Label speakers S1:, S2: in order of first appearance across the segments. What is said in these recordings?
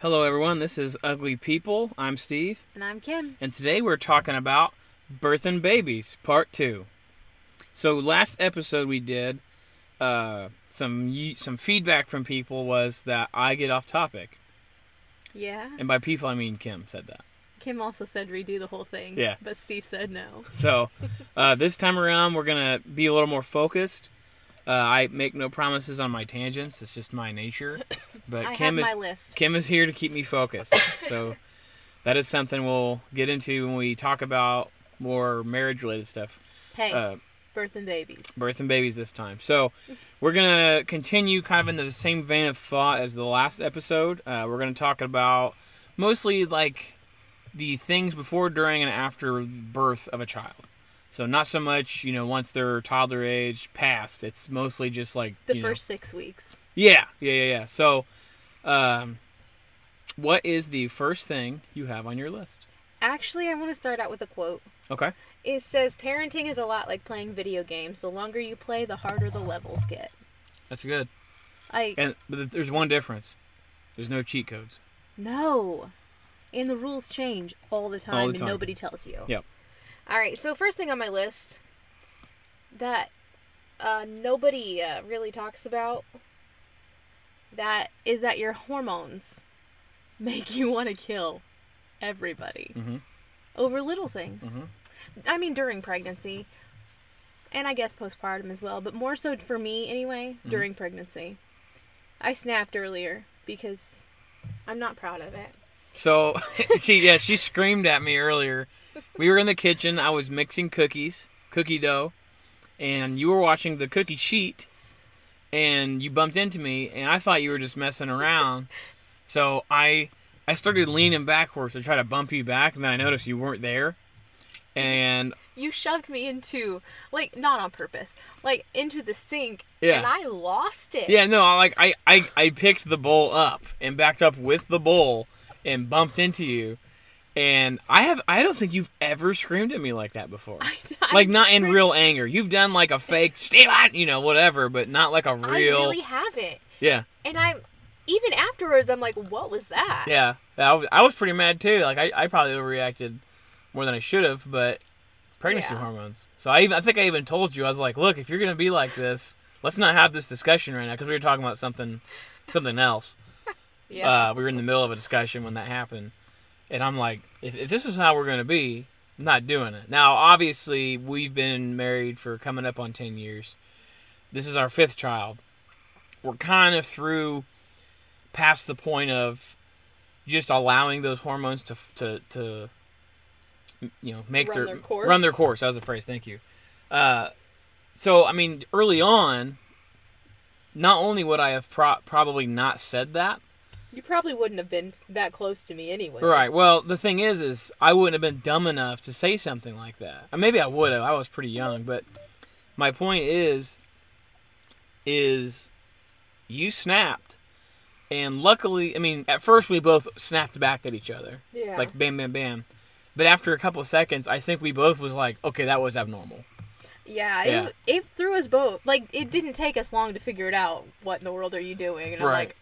S1: Hello, everyone. This is Ugly People. I'm Steve,
S2: And I'm Kim.
S1: and today we're talking about birth and babies, part two. So last episode we did, uh, some ye- some feedback from people was that I get off topic,
S2: Yeah.
S1: and by people I mean Kim said that.
S2: Kim also said redo the whole thing.
S1: Yeah.
S2: But Steve said no.
S1: So uh, this time around we're gonna be a little more focused. Uh, I make no promises on my tangents. It's just my nature. But
S2: I
S1: Uh, Kim
S2: have
S1: is
S2: my list.
S1: Kim is here to keep me focused. So that is something we'll get into when we talk about more marriage related stuff,
S2: Hey,
S1: uh,
S2: birth and babies.
S1: birth and babies this time. So we're going to continue kind of in the same vein of thought as the last episode. Uh, we're going to talk about mostly like the things before, during, and after birth of a child. So not so much, you know, once they're toddler age past. It's mostly just like
S2: the
S1: you know,
S2: first six weeks.
S1: yeah, yeah, yeah, yeah. So, um, what is the first thing you have on your list?
S2: Actually, I want to start out with a quote.
S1: Okay.
S2: It says, Parenting is a lot like playing video games. The longer you play, the harder the levels get.
S1: That's good.
S2: Like,
S1: And but there's one difference. There's no cheat codes.
S2: no. And the rules change all the time,
S1: All the time.
S2: and nobody tells you.
S1: Yep.
S2: All right, so first thing on my list that uh, nobody uh, really talks about that is that your hormones make you want to kill everybody
S1: Mhm.
S2: over little things.
S1: Mhm.
S2: I mean, during pregnancy, and I guess postpartum as well, but more so for me anyway, during pregnancy. I snapped earlier because I'm not proud of it.
S1: So, she yeah, she screamed at me earlier. We were in the kitchen. I was mixing cookies, cookie dough, and you were watching the cookie sheet, and you bumped into me, and I thought you were just messing around. So I I started leaning backwards to try to bump you back, and then I noticed you weren't there, and
S2: you shoved me into like not on purpose like into the sink
S1: Yeah.
S2: and i lost it
S1: Yeah, no, I like I, I I picked the bowl up and backed up with the bowl and bumped into you. And I have I don't think you've ever screamed at me like that before.
S2: I-
S1: like not in real anger. You've done like a fake stay back," you know, whatever, but not like a
S2: i
S1: real
S2: really haven't
S1: Yeah.
S2: and i'm even afterwards i'm like what was that
S1: Yeah. I was, I was pretty mad too. Like I, I probably overreacted more than I should have, but pregnancy
S2: Yeah.
S1: hormones. So I even I think I even told you I was like, "Look, if you're going to be like this, let's not have this discussion right now because we were talking about something something else."
S2: yeah
S1: Uh, we were in the middle of a discussion when that happened, and I'm like, if, if this is how we're going to be, I'm not doing it. Now, obviously, we've been married for coming up on 10 years. This is our fifth child. We're kind of through past the point of just allowing those hormones to, to, to you know, make
S2: Run their course.
S1: run their course. That was the phrase. Thank you. Uh, so, I mean, early on, not only would I have pro- probably not said that,
S2: you probably wouldn't have been that close to me anyway
S1: Right. Well, the thing is, is I wouldn't have been dumb enough to say something like that. Uh, Maybe I would have. I was pretty young, but my point is, is you snapped, and luckily, I mean, at first we both snapped back at each other,
S2: yeah
S1: like bam, bam, bam. But after a couple seconds, I think we both was like, okay, that was abnormal.
S2: yeah,
S1: yeah.
S2: It, it threw us both like it didn't take us long to figure it out what in the world are you doing and i'm
S1: Right.
S2: like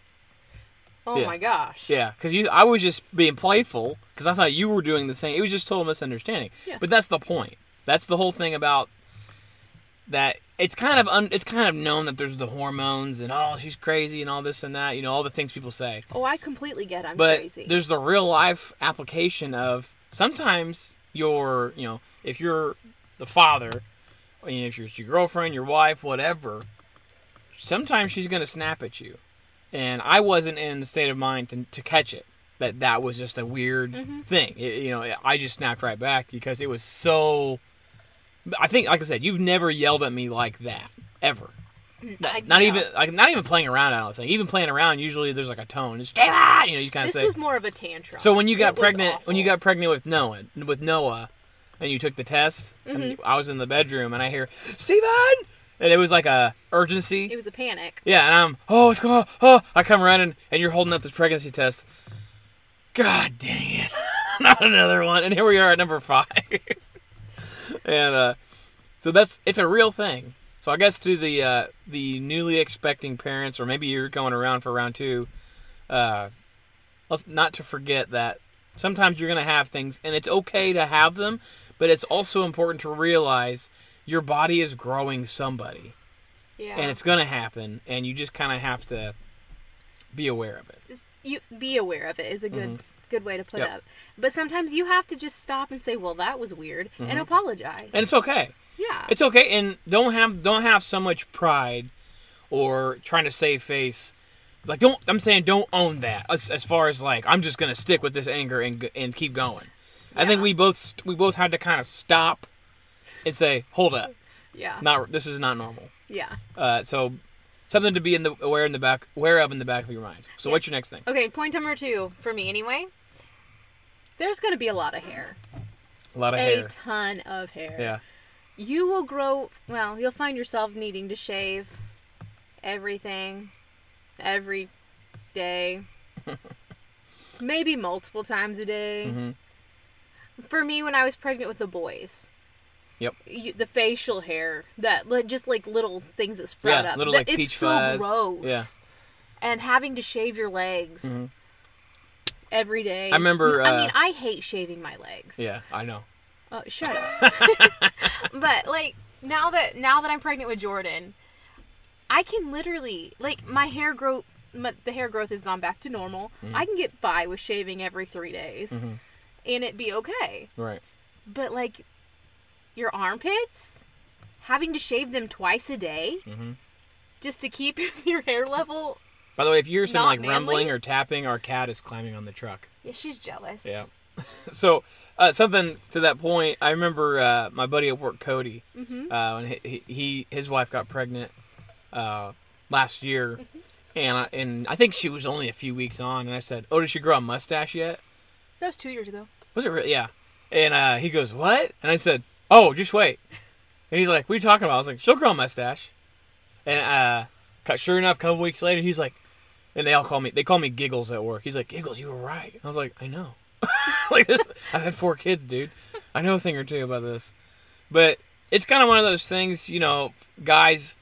S2: oh
S1: Yeah.
S2: my gosh
S1: Yeah, because you, I was just being playful because I thought you were doing the same. It was just total misunderstanding.
S2: Yeah.
S1: But that's the point. That's the whole thing about that. It's kind of un, it's kind of known that there's the hormones and oh she's crazy and all this and that. You know all the things people say.
S2: oh i completely get i'm
S1: But
S2: crazy
S1: there's the real life application of sometimes your you know if you're the father, you know, if you're it's your girlfriend, your wife, whatever. Sometimes she's gonna snap at you, and I wasn't in the state of mind to, to catch it. That that was just a weird
S2: Mm-hmm.
S1: thing. It- you know, I just snapped right back because it was so. I think, like I said, you've never yelled at me like that ever.
S2: Mm, I-
S1: not
S2: yeah.
S1: even like not even playing around. I don't think even playing around. Usually there's like a tone. It's "Stay back!" Ah! you know you kind of
S2: this
S1: say.
S2: was more of a tantrum
S1: So when you
S2: It
S1: got
S2: was
S1: pregnant, when you
S2: awful.
S1: got pregnant with Noah, with Noah, and you took the test, and
S2: Mm-hmm.
S1: I was in the bedroom and I hear Steven, and it was like a urgency.
S2: it was a panic
S1: yeah, and I'm oh it's going oh I come running and you're holding up this pregnancy test. God dang it, not another one. And here we are at number five. and uh, so that's it's a real thing. So I guess to the uh, the newly expecting parents, or maybe you're going around for round two. Uh, let's not to forget that sometimes you're going to have things and it's okay to have them, but it's also important to realize your body is growing somebody
S2: Yeah.
S1: and it's going to happen and you just kind of have to be aware of it.
S2: It's- you be aware of it is a good good way to put
S1: Mm-hmm. Yep.
S2: up. But sometimes you have to just stop and say, "Well, that was weird," and apologize.
S1: Mm-hmm. And it's okay.
S2: yeah.
S1: It's okay and don't have don't have so much pride or trying to save face. Like don't I'm saying don't own that as, as far as like I'm just going to stick with this anger and g- and keep going. I think
S2: Yeah.
S1: we both st- we both had to kind of stop and say, "Hold up.
S2: yeah.
S1: Not this is not normal."
S2: yeah.
S1: Uh, so something to be in the aware in the back aware of in the back of your mind. So what's your next thing?
S2: Okay, point number 2 for me anyway. There's going to be a lot of hair.
S1: A lot of
S2: A
S1: hair.
S2: ton of hair.
S1: Yeah.
S2: You will grow, well, you'll find yourself needing to shave everything every day. Maybe multiple times a day.
S1: Mhm.
S2: For me when I was pregnant with the boys.
S1: Yep.
S2: You, the facial hair that like, just like little things that sprout
S1: Yeah,
S2: up.
S1: little,
S2: That-
S1: like,
S2: it's
S1: peach
S2: so
S1: fuzz.
S2: gross.
S1: Yeah.
S2: And having to shave your legs
S1: Mhm.
S2: every day.
S1: I remember,
S2: I mean,
S1: uh,
S2: I hate shaving my legs.
S1: Yeah, I know.
S2: Oh, shut up. but like now that now that I'm pregnant with Jordan, I can literally like my hair grow my, the hair growth has gone back to normal.
S1: Mm-hmm.
S2: I can get by with shaving every 3 days and it be okay.
S1: Right.
S2: But like your armpits having to shave them twice a day
S1: Mhm.
S2: just to keep your hair level.
S1: By the way, if you hear some
S2: Not
S1: like
S2: manly?
S1: rumbling or tapping, our cat is climbing on the truck.
S2: Yeah, she's jealous.
S1: Yeah. So uh, something to that point, I remember uh, my buddy at work, Cody,
S2: Mm-hmm.
S1: uh, when he, he his wife got pregnant uh, last year,
S2: Mm-hmm.
S1: and I, and I think she was only a few weeks on, and I said, "Oh, did she grow a mustache yet?"
S2: That was 2 years ago.
S1: Was it real? Yeah. And uh, he goes, What? And I said, Oh, just wait. And he's like, What are you talking about? I was like, She'll grow a mustache. And uh, cu- sure enough, a couple weeks later, he's like, And they all call me, they call me Giggles at work. He's like, Giggles, you were right. And I was like, I know. like this, I've had four kids, dude. I know a thing or two about this. But it's kind of one of those things, you know, guys,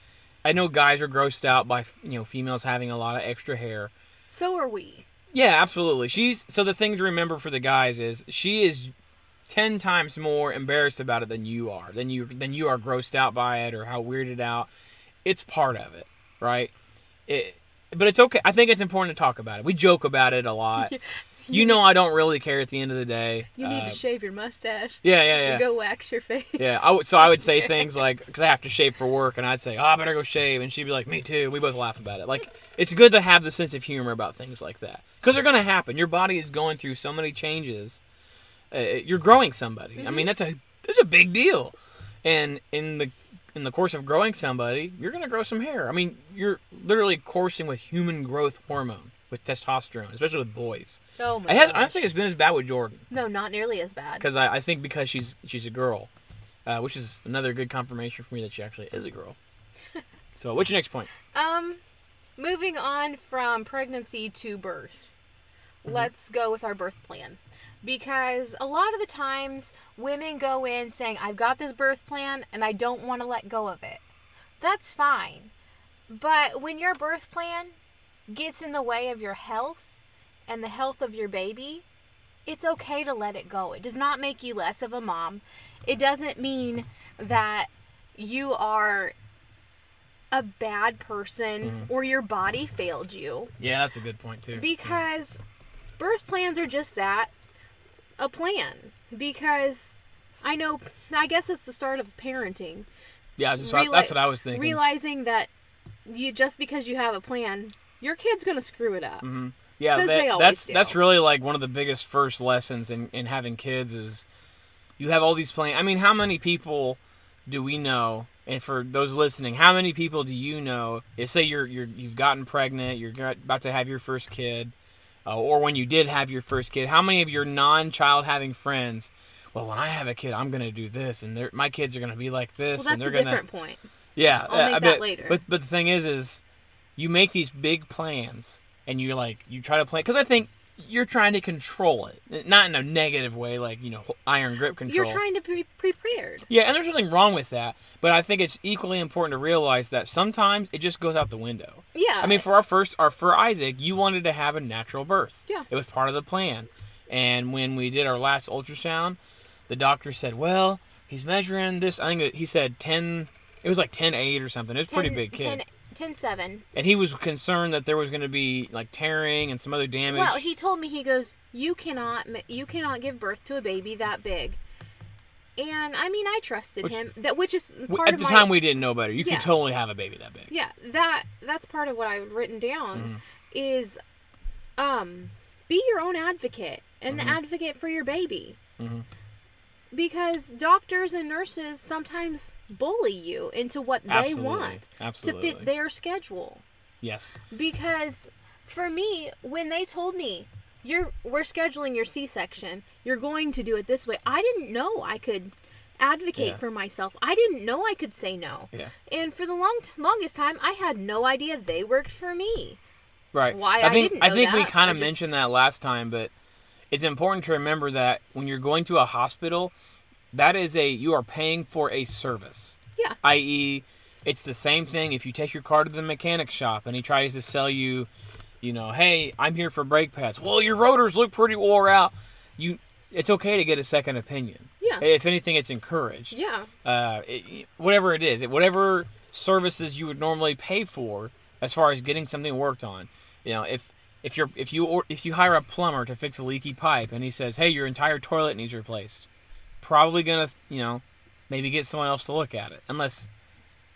S1: I know guys are grossed out by, you know, females having a lot of extra hair.
S2: So are we.
S1: Yeah, absolutely. She's so the thing to remember for the guys is she is ten times more embarrassed about it than you are. Than you than you are grossed out by it or how weirded out. It's part of it, right? It, but it's okay. I think it's important to talk about it. We joke about it a lot. you know, I don't really care at the end of the day.
S2: You need
S1: Uh,
S2: to shave your mustache.
S1: yeah, yeah, yeah.
S2: and Go wax your face.
S1: Yeah, I would, so I would say things like, because I have to shave for work, and I'd say, oh, I better go shave. And she'd be like, me too. We both laugh about it. Like, it's good to have the sense of humor about things like that. Because they're going to happen. Your body is going through so many changes. Uh, you're growing somebody. I
S2: Mm-hmm.
S1: mean, that's a that's a big deal. And in the in the course of growing somebody, you're going to grow some hair. I mean, you're literally coursing with human growth hormone, with testosterone, especially with boys.
S2: Oh my
S1: I, had, I
S2: gosh.
S1: don't think it's been as bad with Jordan
S2: No, not nearly as bad.
S1: because I, I think because she's she's a girl, uh, which is another good confirmation for me that she actually is a girl. so what's your next point?
S2: Um, moving on from pregnancy to birth, let's go with our birth plan. Because a lot of the times women go in saying, I've got this birth plan and I don't want to let go of it. That's fine. But when your birth plan gets in the way of your health and the health of your baby, it's okay to let it go. It does not make you less of a mom. It doesn't mean that you are a bad person
S1: Mm-hmm.
S2: or your body failed you
S1: Yeah, that's a good point too.
S2: because birth plans are just that a plan. Because I know, I guess it's the start of parenting.
S1: yeah, just,
S2: reali-
S1: that's what I was thinking.
S2: Realizing that you just because you have a plan, your kid's gonna screw it up.
S1: Mm-hmm. yeah,
S2: 'cause
S1: that-
S2: they always
S1: that's
S2: do.
S1: that's really like one of the biggest first lessons in, in having kids is you have all these plans. I mean, how many people do we know? And for those listening, how many people do you know? If say you're you're you've gotten pregnant, you're got- about to have your first kid, uh, or when you did have your first kid, how many of your non-child having friends? Well, when I have a kid, I'm gonna do this, and they're- my kids are gonna be like this,
S2: Well, that's
S1: and they're
S2: a
S1: gonna
S2: different point.
S1: yeah,
S2: I'll
S1: yeah,
S2: make
S1: I
S2: that
S1: bet-
S2: later.
S1: But but the thing is, is you make these big plans and you like you try to plan because I think you're trying to control it, not in a negative way, like you know iron grip control.
S2: You're trying to be prepared.
S1: Yeah, and there's nothing wrong with that, but I think it's equally important to realize that sometimes it just goes out the window.
S2: Yeah.
S1: I mean, for our first, our for Isaac, you wanted to have a natural birth.
S2: Yeah.
S1: It was part of the plan, and when we did our last ultrasound, the doctor said, "Well, he's measuring this. I think it- he said ten. It was like ten eight or something. It was a pretty
S2: 10
S1: big kid,
S2: 10 10 7.
S1: and he was concerned that there was going to be like tearing and some other damage.
S2: Well, he told me he goes, "You cannot ma- you cannot give birth to a baby that big." And I mean, I trusted
S1: Which-
S2: him. That which is
S1: We-
S2: part
S1: at
S2: of
S1: the
S2: my
S1: time we didn't know better. You
S2: Yeah.
S1: could totally have a baby that big.
S2: Yeah, that that's part of what I've written down
S1: Mm-hmm.
S2: is um be your own advocate and
S1: Mm-hmm.
S2: the advocate for your baby.
S1: Mhm.
S2: Because doctors and nurses sometimes bully you into what they
S1: Absolutely.
S2: want to
S1: Absolutely.
S2: fit their schedule.
S1: Yes.
S2: Because for me, when they told me you're we're scheduling your C-section, you're going to do it this way, I didn't know I could advocate
S1: Yeah.
S2: for myself. I didn't know I could say no.
S1: Yeah.
S2: And for the long longest time, I had no idea they worked for me.
S1: Right.
S2: Why
S1: I
S2: I
S1: think
S2: didn't
S1: I
S2: know
S1: think we
S2: that,
S1: kind
S2: I
S1: of
S2: just-
S1: mentioned that last time, but it's important to remember that when you're going to a hospital, that is a you are paying for a service.
S2: Yeah.
S1: i.e., it's the same thing if you take your car to the mechanic shop and he tries to sell you, you know, hey, I'm here for brake pads. Well, your rotors look pretty wore out. You, it's okay to get a second opinion.
S2: Yeah.
S1: If anything, it's encouraged.
S2: Yeah.
S1: Uh, it, whatever it is, whatever services you would normally pay for, as far as getting something worked on. You know, if if you're if you or, if you hire a plumber to fix a leaky pipe and he says, hey, your entire toilet needs replaced, probably gonna you know maybe get someone else to look at it unless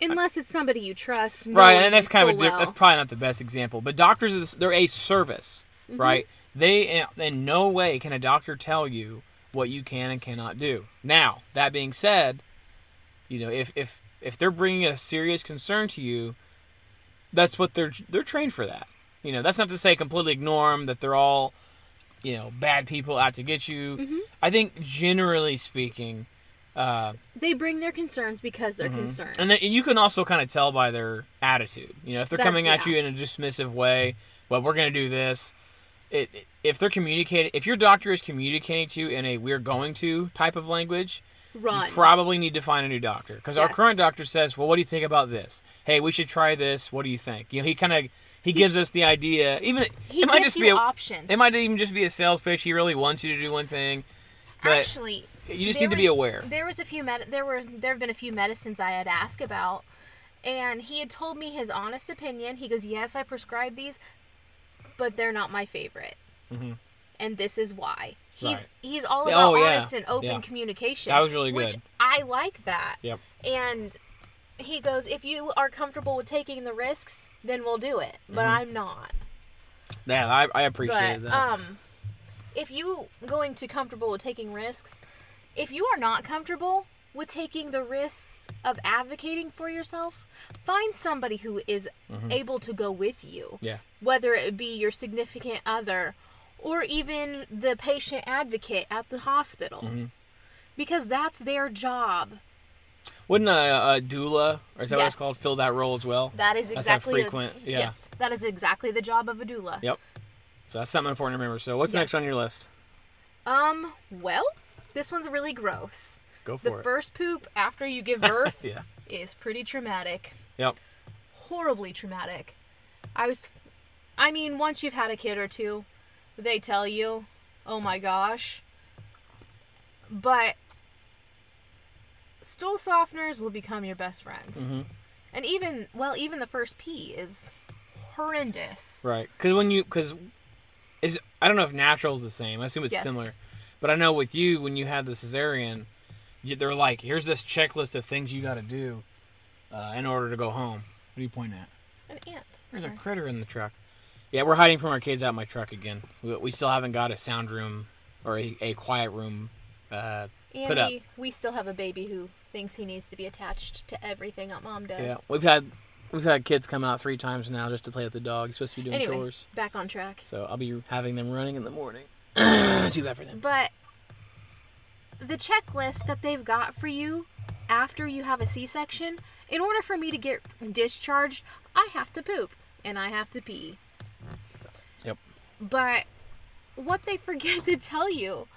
S2: Unless it's somebody you trust.
S1: right
S2: knowing
S1: and that's kind of a
S2: full
S1: diff-
S2: oh, well.
S1: that's probably not the best example but doctors are this, they're a service right they in, in no way can a doctor tell you what you can and cannot do now that being said you know if if if they're bringing a serious concern to you that's what they're they're trained for that you know that's not to say completely ignore them that they're all you know bad people out to get you i think generally speaking uh
S2: They bring their concerns because they're concerned.
S1: Mm-hmm. and then you can also kind of tell by their attitude. You know, if they're
S2: That-
S1: coming at
S2: yeah.
S1: you in a dismissive way, well, we're going to do this. It, it- if they're communicating, if your doctor is communicating to you in a "we're going to" type of language,
S2: Run.
S1: you probably need to find a new doctor because our
S2: Yes.
S1: current doctor says, "Well, what do you think about this? Hey, we should try this. What do you think?" You know, he kind of he, gives us the idea. Even
S2: he
S1: it might
S2: gives
S1: just
S2: you
S1: be a,
S2: options.
S1: it might even just be a sales pitch. He really wants you to do one thing, but
S2: Actually,
S1: you just
S2: there
S1: need to be
S2: was-
S1: aware.
S2: There was a few med- there were there have been a few medicines I had asked about, and he had told me his honest opinion. He goes, "Yes, I prescribe these, but they're not my favorite, and this is why." He's
S1: Mm-hmm. Right.
S2: he's all
S1: Yeah,
S2: about
S1: oh, yeah.
S2: honest and open
S1: Yeah.
S2: communication.
S1: That was really
S2: which
S1: good.
S2: I like that.
S1: Yep.
S2: And he goes, "If you are comfortable with taking the risks, then we'll do it." But
S1: Mm-hmm.
S2: I'm not.
S1: Yeah, I, I appreciate
S2: But
S1: that.
S2: um, if you going to comfortable with taking risks, if you are not comfortable with taking the risks of advocating for yourself, find somebody who is able to go with you.
S1: Mm-hmm. yeah.
S2: Whether it be your significant other or even the patient advocate at the hospital.
S1: Mm-hmm.
S2: Because that's their job.
S1: Wouldn't a, a doula, or is that what it's
S2: Yes.
S1: called, fill that role as well?
S2: That is
S1: That's
S2: exactly
S1: how frequent.
S2: The,
S1: yeah.
S2: Yes, that is exactly the job of a doula.
S1: Yep. So that's something important to remember. So what's next
S2: Yes.
S1: on your list?
S2: Um, well, this one's really gross.
S1: Go
S2: The
S1: for it.
S2: first poop after you give birth
S1: yeah.
S2: is pretty traumatic,
S1: Yep.
S2: horribly traumatic. I was, I mean, once you've had a kid or two, they tell you, oh my gosh. But stool softeners will become your best friend.
S1: Mm-hmm.
S2: And even, well, even the first pee is horrendous.
S1: Right. Because when you, because is I don't know if natural is the same. I assume it's
S2: Yes.
S1: similar. But I know with you, when you had the cesarean, you, they're like, here's this checklist of things you got to do uh, in order to go home. What are you pointing at?
S2: An ant.
S1: There's a
S2: sorry.
S1: critter in the truck. Yeah, we're hiding from our kids out in my truck again. We, we still haven't got a sound room or a, a quiet room uh,
S2: And
S1: put up.
S2: we, we still have a baby who thinks he needs to be attached to everything that mom does.
S1: Yeah, we've had we've had kids come out three times now just to play with the dog. He's supposed to be doing
S2: Anyway,
S1: chores,
S2: back on track.
S1: so I'll be having them running in the morning. Too bad for them.
S2: But the checklist that they've got for you after you have a C section, in order for me to get discharged, I have to poop and I have to pee.
S1: Yep.
S2: But what they forget to tell you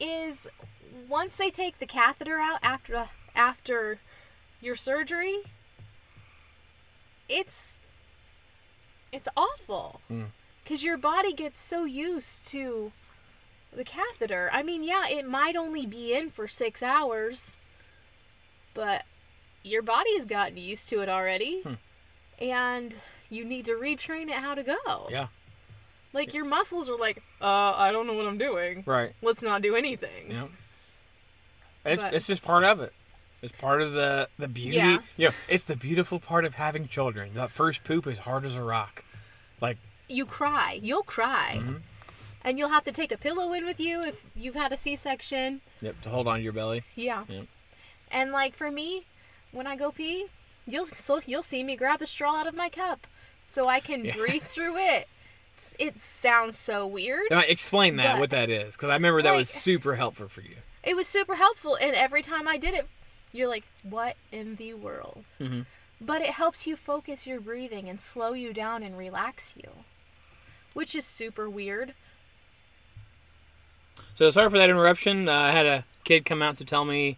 S2: is once they take the catheter out after after your surgery, it's it's awful
S1: Mm.
S2: because your body gets so used to the catheter. I mean, yeah, it might only be in for six hours, but your body's gotten used to it already,
S1: Hmm.
S2: and you need to retrain it how to go.
S1: Yeah.
S2: Like your muscles are like, uh, I don't know what I'm doing.
S1: Right.
S2: Let's not do anything.
S1: Yeah. It's,
S2: But-
S1: it's just part of it. It's part of the the beauty.
S2: Yeah.
S1: You know, it's the beautiful part of having children. That first poop is hard as a rock. Like
S2: You cry. You'll cry.
S1: Mm-hmm.
S2: And you'll have to take a pillow in with you if you've had a C section.
S1: yep, to hold on to your belly.
S2: Yeah.
S1: Yeah.
S2: And like for me, when I go pee, you'll so you'll see me grab the straw out of my cup so I can
S1: Yeah.
S2: breathe through it. It's- It sounds so weird.
S1: Now, explain that
S2: But-
S1: what that is, because I remember that was
S2: Like-
S1: super helpful for you.
S2: It was super helpful and every time I did it, you're like, "What in the world?"
S1: Mhm.
S2: But it helps you focus your breathing and slow you down and relax you. Which is super weird.
S1: So sorry for that interruption. Uh, I had a kid come out to tell me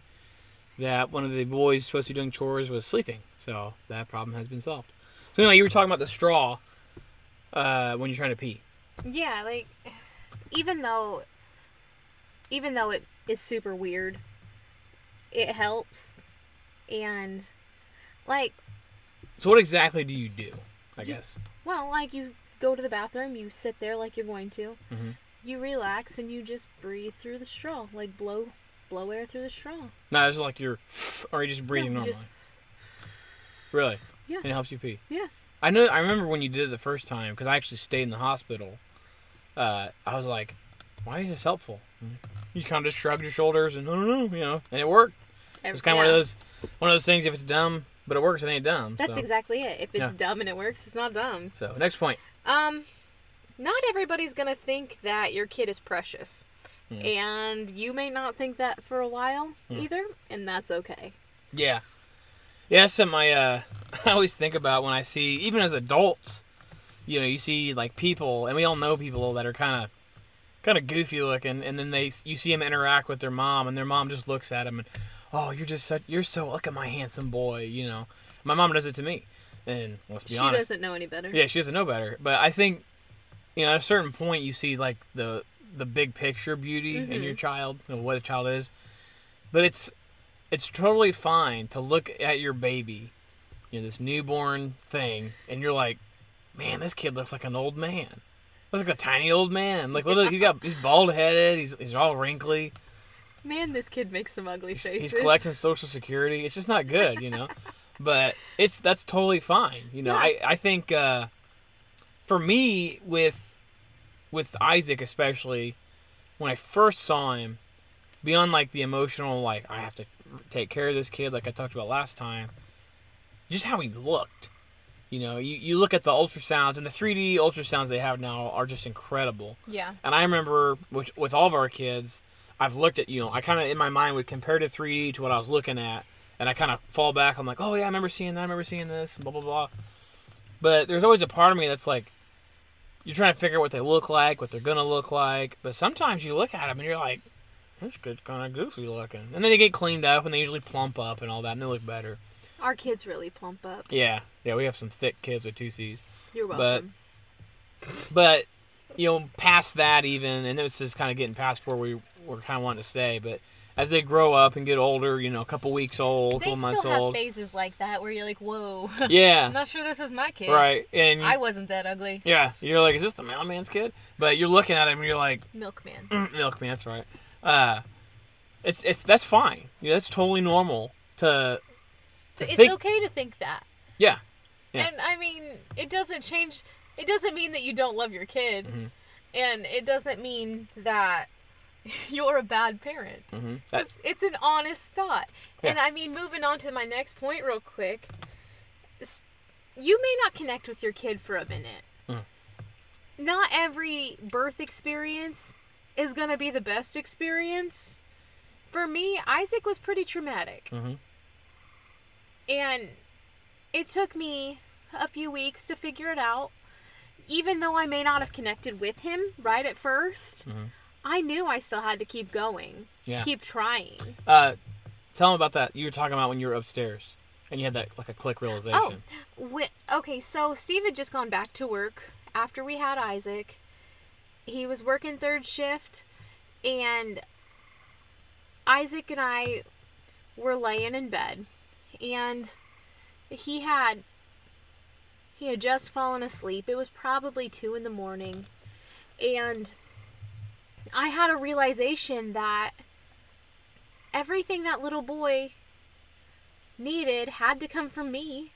S1: that one of the boys supposed to be doing chores was sleeping. So that problem has been solved. So anyway, you were talking about the straw uh, when you're trying to pee.
S2: Yeah, like even though even though it is super weird, it helps. And like
S1: So what exactly do you do? I guess.
S2: well, like you go to the bathroom, you sit there like you're going to.
S1: Mhm.
S2: You relax and you just breathe through the straw, like blow blow air through the straw.
S1: No, it's like you're, or you just breathing
S2: you
S1: normally.
S2: just-
S1: Really?
S2: Yeah.
S1: And it helps you pee.
S2: Yeah.
S1: I know. I remember when you did it the first time because I actually stayed in the hospital. Uh, I was like, "Why is this helpful?" You kind of just shrugged your shoulders and I don't know, you know, and it worked. It's kind of one of those, one of those things. If it's dumb, but it works, it ain't dumb.
S2: That's
S1: so.
S2: exactly it. If it's
S1: Yeah.
S2: dumb and it works, it's not dumb.
S1: So next point.
S2: Um, not everybody's gonna think that your kid is precious,
S1: Mm.
S2: and you may not think that for a while either, and that's okay.
S1: Yeah. Yeah, that's something I, uh, I always think about when I see, even as adults, you know, you see like people, and we all know people that are kind of kind of goofy looking, and then they you see them interact with their mom, and their mom just looks at them and, oh, you're just such, you're so, look at my handsome boy, you know. My mom does it to me, and let's be
S2: she
S1: honest.
S2: doesn't know any better.
S1: Yeah, she doesn't know better. But I think, you know, at a certain point, you see like the the big picture beauty in your child and what a child is. But it's it's totally fine to look at your baby, you know, this newborn thing, and you're like, man, this kid looks like an old man. Looks like a tiny old man. Like little, he's got he's bald headed. He's he's all wrinkly.
S2: Man, this kid makes some ugly
S1: He's,
S2: faces.
S1: he's collecting social security. It's just not good, you know. but it's that's totally fine. You know,
S2: Yeah.
S1: I I think uh, for me with with Isaac especially when I first saw him, beyond like the emotional like I have to take care of this kid like I talked about last time, just how he looked. You know, you, you look at the ultrasounds and the 3D ultrasounds they have now are just incredible.
S2: Yeah.
S1: And I remember which, with all of our kids, I've looked at, you know, I kind of in my mind would compare to 3D to what I was looking at. And I kind of fall back. I'm like, oh, yeah, I remember seeing that. I remember seeing this, and blah, blah, blah. But there's always a part of me that's like, you're trying to figure out what they look like, what they're going to look like. But sometimes you look at them and you're like, this kid's kind of goofy looking. And then they get cleaned up and they usually plump up and all that and they look better.
S2: Our kids really plump up.
S1: Yeah. Yeah, we have some thick kids with two C's.
S2: You're
S1: But-
S2: welcome.
S1: but you know past that even and this is kind of getting past where we were kind of wanting to stay but as they grow up and get older you know a couple weeks old a
S2: they
S1: couple
S2: still
S1: months
S2: have
S1: old
S2: phases like that where you're like, "Whoa, I'm
S1: yeah
S2: not sure this is my kid."
S1: right and you-
S2: I wasn't that ugly.
S1: yeah you're like is this the mailman's kid but you're looking at him and you're like
S2: Milkman.
S1: "Mm, milkman that's right uh it's it's that's fine yeah, that's totally normal to
S2: So it's
S1: think-
S2: okay to think that.
S1: yeah Yeah.
S2: And I mean, it doesn't change. It doesn't mean that you don't love your kid, and it doesn't mean that you're a bad parent.
S1: hmm
S2: It's, it's an honest thought. And
S1: Yeah.
S2: I mean, moving on to my next point, real quick. s- You may not connect with your kid for a minute.
S1: Mhm.
S2: Not every birth experience is going to be the best experience. For me, Isaac was pretty traumatic.
S1: hmm
S2: And it took me a few weeks to figure it out. even though I may not have connected with him right at 1st
S1: Mhm.
S2: I knew I still had to keep going,
S1: Yeah.
S2: keep trying.
S1: Uh, tell them about that. You were talking about when you were upstairs and you had that like a click realization.
S2: Oh, Wh- okay, so Steve had just gone back to work after we had Isaac. He was working third shift, and Isaac and I were laying in bed, and he had he had just fallen asleep. It was probably two in the morning, and I had a realization that everything that little boy needed had to come from me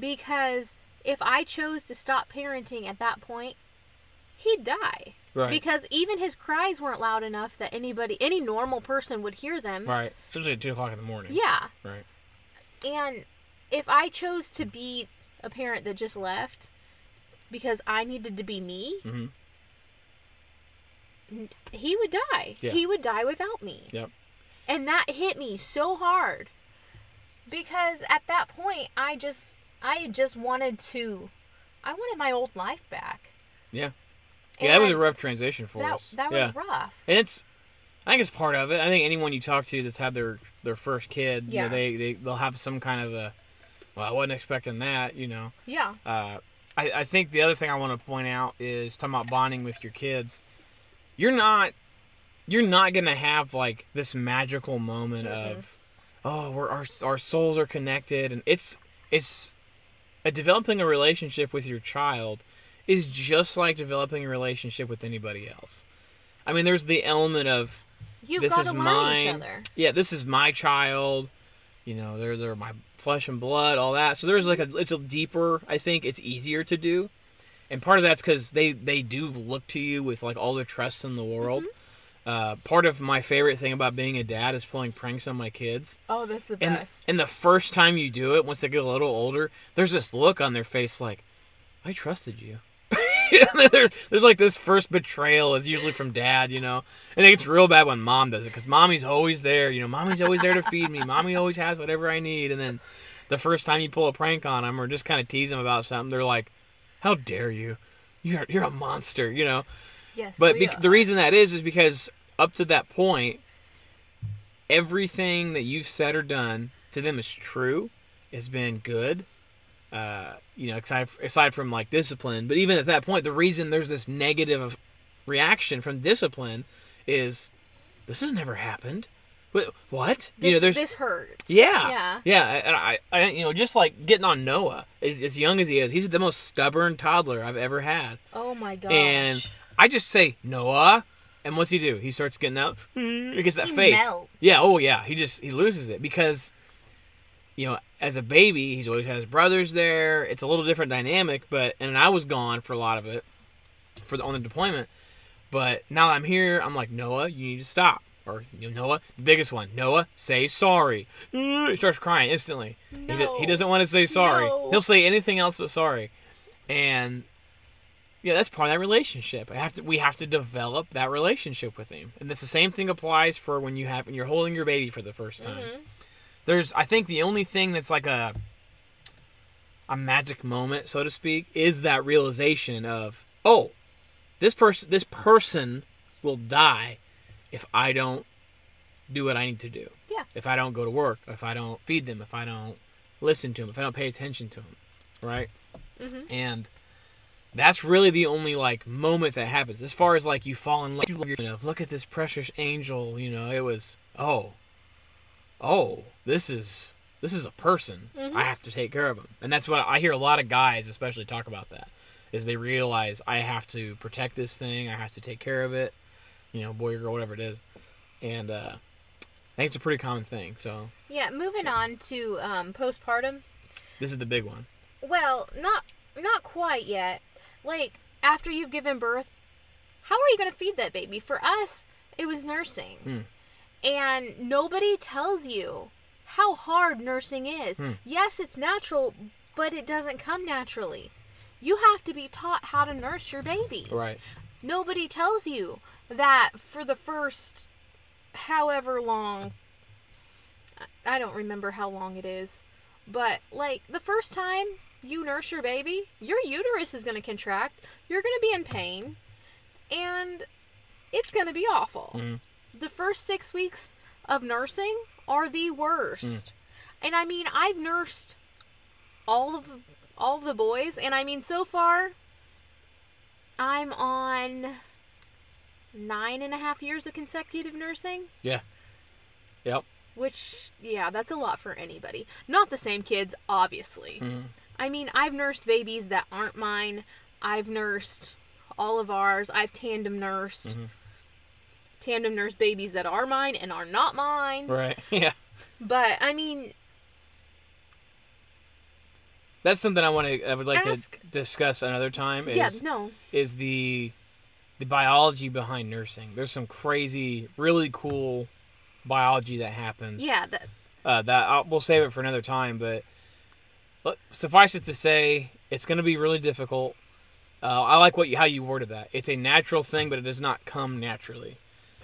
S2: because if I chose to stop parenting at that point, he'd die.
S1: right.
S2: Because even his cries weren't loud enough that anybody, any normal person would hear them.
S1: right. Especially at two o'clock in the morning.
S2: Yeah.
S1: Right.
S2: And if I chose to be a parent that just left because I needed to be me,
S1: Mhm.
S2: n- he would die.
S1: Yeah.
S2: He would die without me.
S1: Yep.
S2: And that hit me so hard because at that point I just I had just wanted to I wanted my old life back.
S1: Yeah. Yeah, that was a
S2: And
S1: rough transition for
S2: that,
S1: us.
S2: that
S1: yeah.
S2: was rough.
S1: And it's, I think it's part of it. I think anyone you talk to that's had their their first kid, you know,
S2: Yeah.
S1: they they they'll have some kind of a, well, I wasn't expecting that, you know.
S2: Yeah.
S1: Uh, I I think the other thing I want to point out is talking about bonding with your kids. You're not, you're not gonna have like this magical moment of, oh, we're our our souls are connected, and it's it's, a developing a relationship with your child is just like developing a relationship with anybody else. I mean, there's the element of
S2: You've
S1: this
S2: got
S1: is
S2: to learn
S1: mine.
S2: each other.
S1: Yeah, this is my child. You know, they're they're my flesh and blood, all that. So there's like a it's a deeper. I think it's easier to do, and part of that's because they they do look to you with like all the trust in the world.
S2: Mm-hmm.
S1: Uh, part of my favorite thing about being a dad is pulling pranks on my kids.
S2: Oh, that's the
S1: And
S2: best.
S1: and the first time you do it, once they get a little older, there's this look on their face like, I trusted you. There- there's like this first betrayal is usually from dad, you know, and it gets real bad when mom does it because mommy's always there, you know, mommy's always there to feed me, mommy always has whatever I need, and then the first time you pull a prank on them or just kind of tease them about something, they're like, "How dare you? You're you're a monster," you know.
S2: yes.
S1: But
S2: we
S1: bec
S2: are.
S1: the reason that is is because up to that point, everything that you've said or done to them is true, has been good. Uh, you know, aside, aside from like discipline, but even at that point, the reason there's this negative reaction from discipline is this has never happened. Wh- What?
S2: this, this hurts.
S1: Yeah.
S2: Yeah.
S1: Yeah. And I, I, you know, just like getting on Noah, as, as young as he is, he's the most stubborn toddler I've ever had.
S2: Oh my gosh.
S1: And I just say Noah, and what's he do? He starts getting out. He gets that
S2: Mm-hmm. He
S1: face.
S2: melts.
S1: Yeah. Oh yeah. He just he loses it because, you know, as a baby, he's always had his brothers there. It's a little different dynamic, but and I was gone for a lot of it, for the, on the deployment. But now I'm here. I'm like Noah, you need to stop. Or you know, Noah, the biggest one. Noah, say sorry. He starts crying instantly. He, do- he
S2: No.
S1: doesn't want to say sorry.
S2: No.
S1: He'll say anything else but sorry. And yeah, that's part of that relationship. I have to we have to develop that relationship with him. And it's the same thing applies for when you have when you're holding your baby for the first time. There's I think the only thing that's like a a magic moment, so to speak, is that realization of, oh, this person this person will die if I don't do what I need to do.
S2: Yeah.
S1: If I don't go to work, if I don't feed them, if I don't listen to them, if I don't pay attention to them, right? And that's really the only like moment that happens. As far as like you fall in love, you love your- you know, look at this precious angel. You know, it was oh, oh, this is this is a person. I have to take care of him, and that's what I hear a lot of guys, especially, talk about. That is they realize I have to protect this thing. I have to take care of it. You know, boy or girl, whatever it is, and uh, I think it's a pretty common thing. So
S2: Yeah. Moving on to um, postpartum.
S1: this is the big one.
S2: Well, not not quite yet. Like after you've given birth, how are you going to feed that baby? For us, it was nursing. And nobody tells you how hard nursing is. Yes, it's natural, but it doesn't come naturally. You have to be taught how to nurse your baby.
S1: Right.
S2: Nobody tells you that for the first however long I- I don't remember how long it is, but like the first time you nurse your baby, your uterus is going to contract. You're going to be in pain, and it's going to be awful.
S1: Mhm.
S2: The first six weeks of nursing are the worst. And I mean, I've nursed all of all of the boys, and I mean, so far, I'm on nine and a half years of consecutive nursing.
S1: Yeah. Yep.
S2: Which, yeah, that's a lot for anybody. Not the same kids, obviously.
S1: Mhm.
S2: I mean, I've nursed babies that aren't mine. I've nursed all of ours. I've tandem nursed. Tandem nursed babies that are mine and are not mine.
S1: Right. Yeah.
S2: But, I mean,
S1: That's something I want to. I would like
S2: Ask-
S1: to discuss another time. Is
S2: yeah, no.
S1: is the the biology behind nursing. There's some crazy, really cool biology that happens.
S2: Yeah, that,
S1: Uh, that I'll, we'll save it for another time, but, but suffice it to say, it's going to be really difficult. Uh, I like what you, how you worded that. It's a natural thing, but it does not come naturally.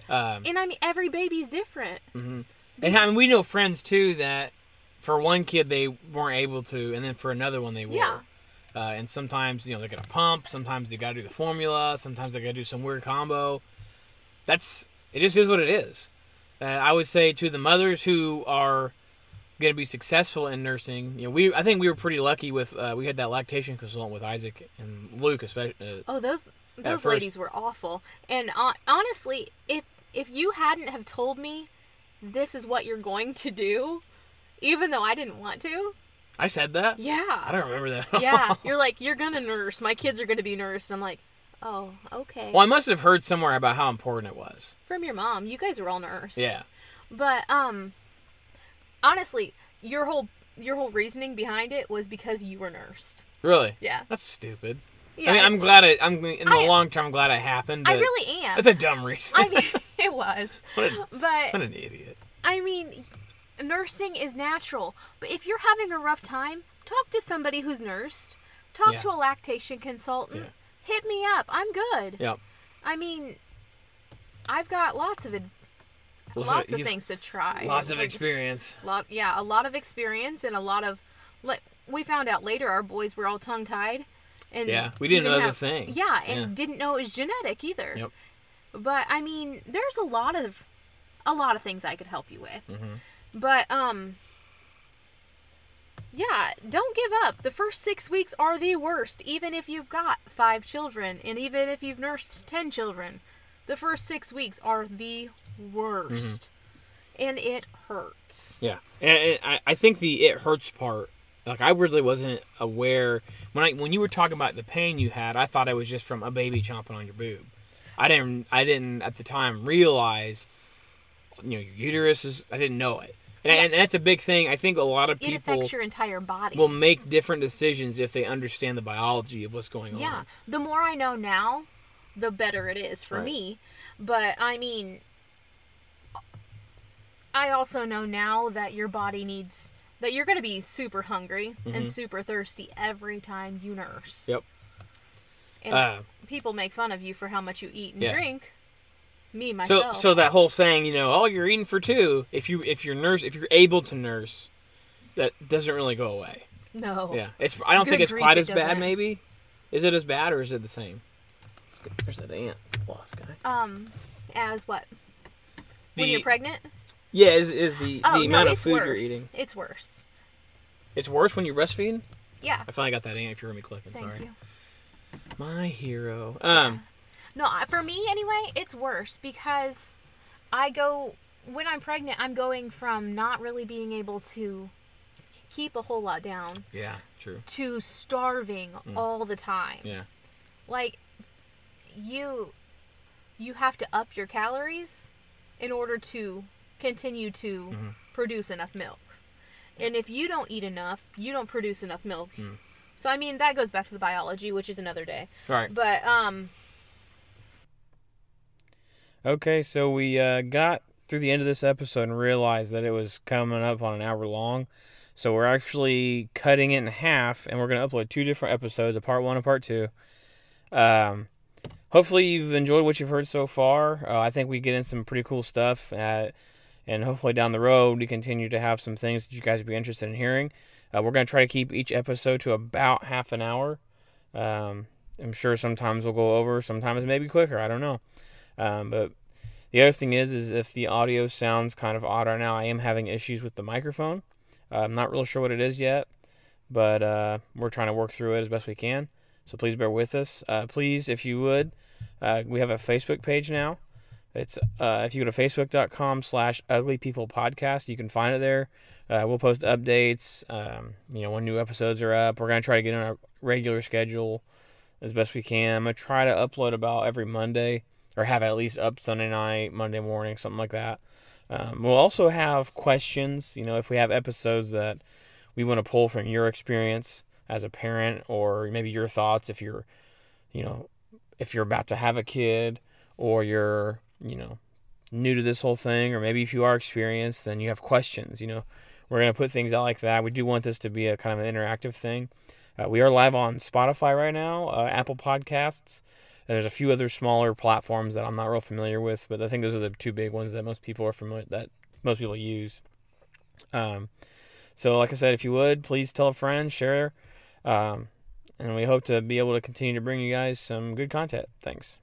S1: Um,
S2: and I mean, every baby's different.
S1: and I mean, we know friends too that for one kid they weren't able to, and then for another one they were.
S2: Yeah.
S1: Uh, and sometimes you know they got to pump. Sometimes they got to do the formula. Sometimes they got to do some weird combo. That's it. Just is what it is. Uh, I would say to the mothers who are going to be successful in nursing, you know, we I think we were pretty lucky with uh, we had that lactation consultant with Isaac and Luke, especially. Uh,
S2: Oh, those those
S1: first-
S2: ladies were awful. And uh, honestly, if if you hadn't have told me this is what you're going to do, even though I didn't want to,
S1: I said that.
S2: yeah,
S1: I don't remember that.
S2: yeah, you're like you're gonna nurse. My kids are gonna be nursed. I'm like, oh, okay.
S1: well, I must have heard somewhere about how important it was.
S2: From your mom, you guys were all nursed.
S1: Yeah.
S2: But um, honestly, your whole your whole reasoning behind it was because you were nursed.
S1: Really.
S2: Yeah.
S1: That's stupid.
S2: Yeah.
S1: I mean, I'm glad it. I'm in the
S2: I-
S1: long term. I'm glad it happened.
S2: I
S1: but
S2: really am.
S1: That's a dumb reason.
S2: I mean, it was.
S1: what, a-
S2: But
S1: what an idiot.
S2: I mean, nursing is natural, but if you're having a rough time, talk to somebody who's nursed. Talk
S1: Yeah.
S2: to a lactation consultant. Hit me up. I'm good.
S1: Yep.
S2: I mean, I've got lots of ad-
S1: Lot-
S2: lots of
S1: you've-
S2: things to try.
S1: Lots of
S2: Like,
S1: experience.
S2: Lot, yeah, a lot of experience and a lot of. Like, we found out later our boys were all tongue tied, and
S1: Yeah, we didn't
S2: even
S1: know that was a thing.
S2: Yeah, and
S1: Yeah.
S2: didn't know it was genetic either.
S1: Yep.
S2: But I mean, there's a lot of, a lot of things I could help you with.
S1: Mm-hmm.
S2: But um. Yeah, don't give up. The first six weeks are the worst, even if you've got five children, and even if you've nursed ten children. The first six weeks are the worst. And it hurts.
S1: Mm-hmm. Yeah. And, and I, I think the it hurts part. Like I really wasn't aware when I when you were talking about the pain you had. I thought it was just from a baby chomping on your boob. I didn't. I didn't at the time realize. You know, your uterus is. I didn't know it. And, and that's a big thing. I think a lot of
S2: It
S1: people
S2: affects your entire body.
S1: will make different decisions if they understand the biology of what's going on.
S2: yeah. The more I know now, the better it is for
S1: Right.
S2: me. But I mean, I also know now that your body needs that you're going to be super hungry and super thirsty every time you nurse.
S1: Mm-hmm. Yep.
S2: And
S1: Uh,
S2: people make fun of you for how much you eat and
S1: Yeah.
S2: drink. Me
S1: so
S2: myself.
S1: so that whole saying, you know, oh, you're eating for two. If you if you're nurse, if you're able to nurse, that doesn't really go away.
S2: no.
S1: Yeah, it's. I don't
S2: Good
S1: think it's
S2: grief,
S1: quite
S2: it
S1: as bad.
S2: doesn't.
S1: Maybe is it as bad or is it the same? There's that ant lost guy.
S2: Um, as what?
S1: The-
S2: when you're pregnant?
S1: yeah, is is the
S2: Oh,
S1: the
S2: no,
S1: amount of
S2: it's
S1: food
S2: worse.
S1: you're eating?
S2: It's worse.
S1: It's worse when you're breastfeeding.
S2: Yeah.
S1: I finally got that ant. If you heard me clicking,
S2: Thank
S1: sorry.
S2: you.
S1: My hero. Um.
S2: No, I- for me anyway, it's worse because I go when I'm pregnant, I'm going from not really being able to keep a whole lot down
S1: Yeah. True.
S2: to starving all the time.
S1: Mm. Yeah.
S2: Like you you have to up your calories in order to continue to
S1: Mm-hmm.
S2: produce enough milk. And if you don't eat enough, you don't produce enough milk.
S1: Mm.
S2: So I mean, that goes back to the biology, which is another day.
S1: All right.
S2: But um
S1: Okay, so we uh, got through the end of this episode and realized that it was coming up on an hour long. So we're actually cutting it in half and we're going to upload two different episodes, a part one and part two. Um, hopefully, you've enjoyed what you've heard so far. Uh, I think we get in some pretty cool stuff. Uh, and hopefully, down the road, we continue to have some things that you guys would be interested in hearing. Uh, we're going to try to keep each episode to about half an hour. Um, I'm sure sometimes we'll go over, sometimes maybe quicker. I don't know. Um, but the other thing is, is if the audio sounds kind of odd right now, I am having issues with the microphone. Uh, I'm not real sure what it is yet, but uh, we're trying to work through it as best we can. So please bear with us. Uh, please, if you would, uh, we have a Facebook page now. It's uh, if you go to facebook.com slash ugly people podcast, you can find it there. Uh, we'll post updates. Um, you know, when new episodes are up, we're going to try to get on our regular schedule as best we can. I'm going to try to upload about every Monday or have at least up Sunday night, Monday morning, something like that. Um, we'll also have questions. You know, if we have episodes that we want to pull from your experience as a parent or maybe your thoughts if you're, you know, if you're about to have a kid or you're, you know, new to this whole thing, or maybe if you are experienced, then you have questions. You know, we're going to put things out like that. We do want this to be a kind of an interactive thing. Uh, we are live on Spotify right now, uh, Apple Podcasts, and there's a few other smaller platforms that I'm not real familiar with, but I think those are the two big ones that most people are familiar that most people use. Um, so, like I said, if you would, please tell a friend, share, um, and we hope to be able to continue to bring you guys some good content. Thanks.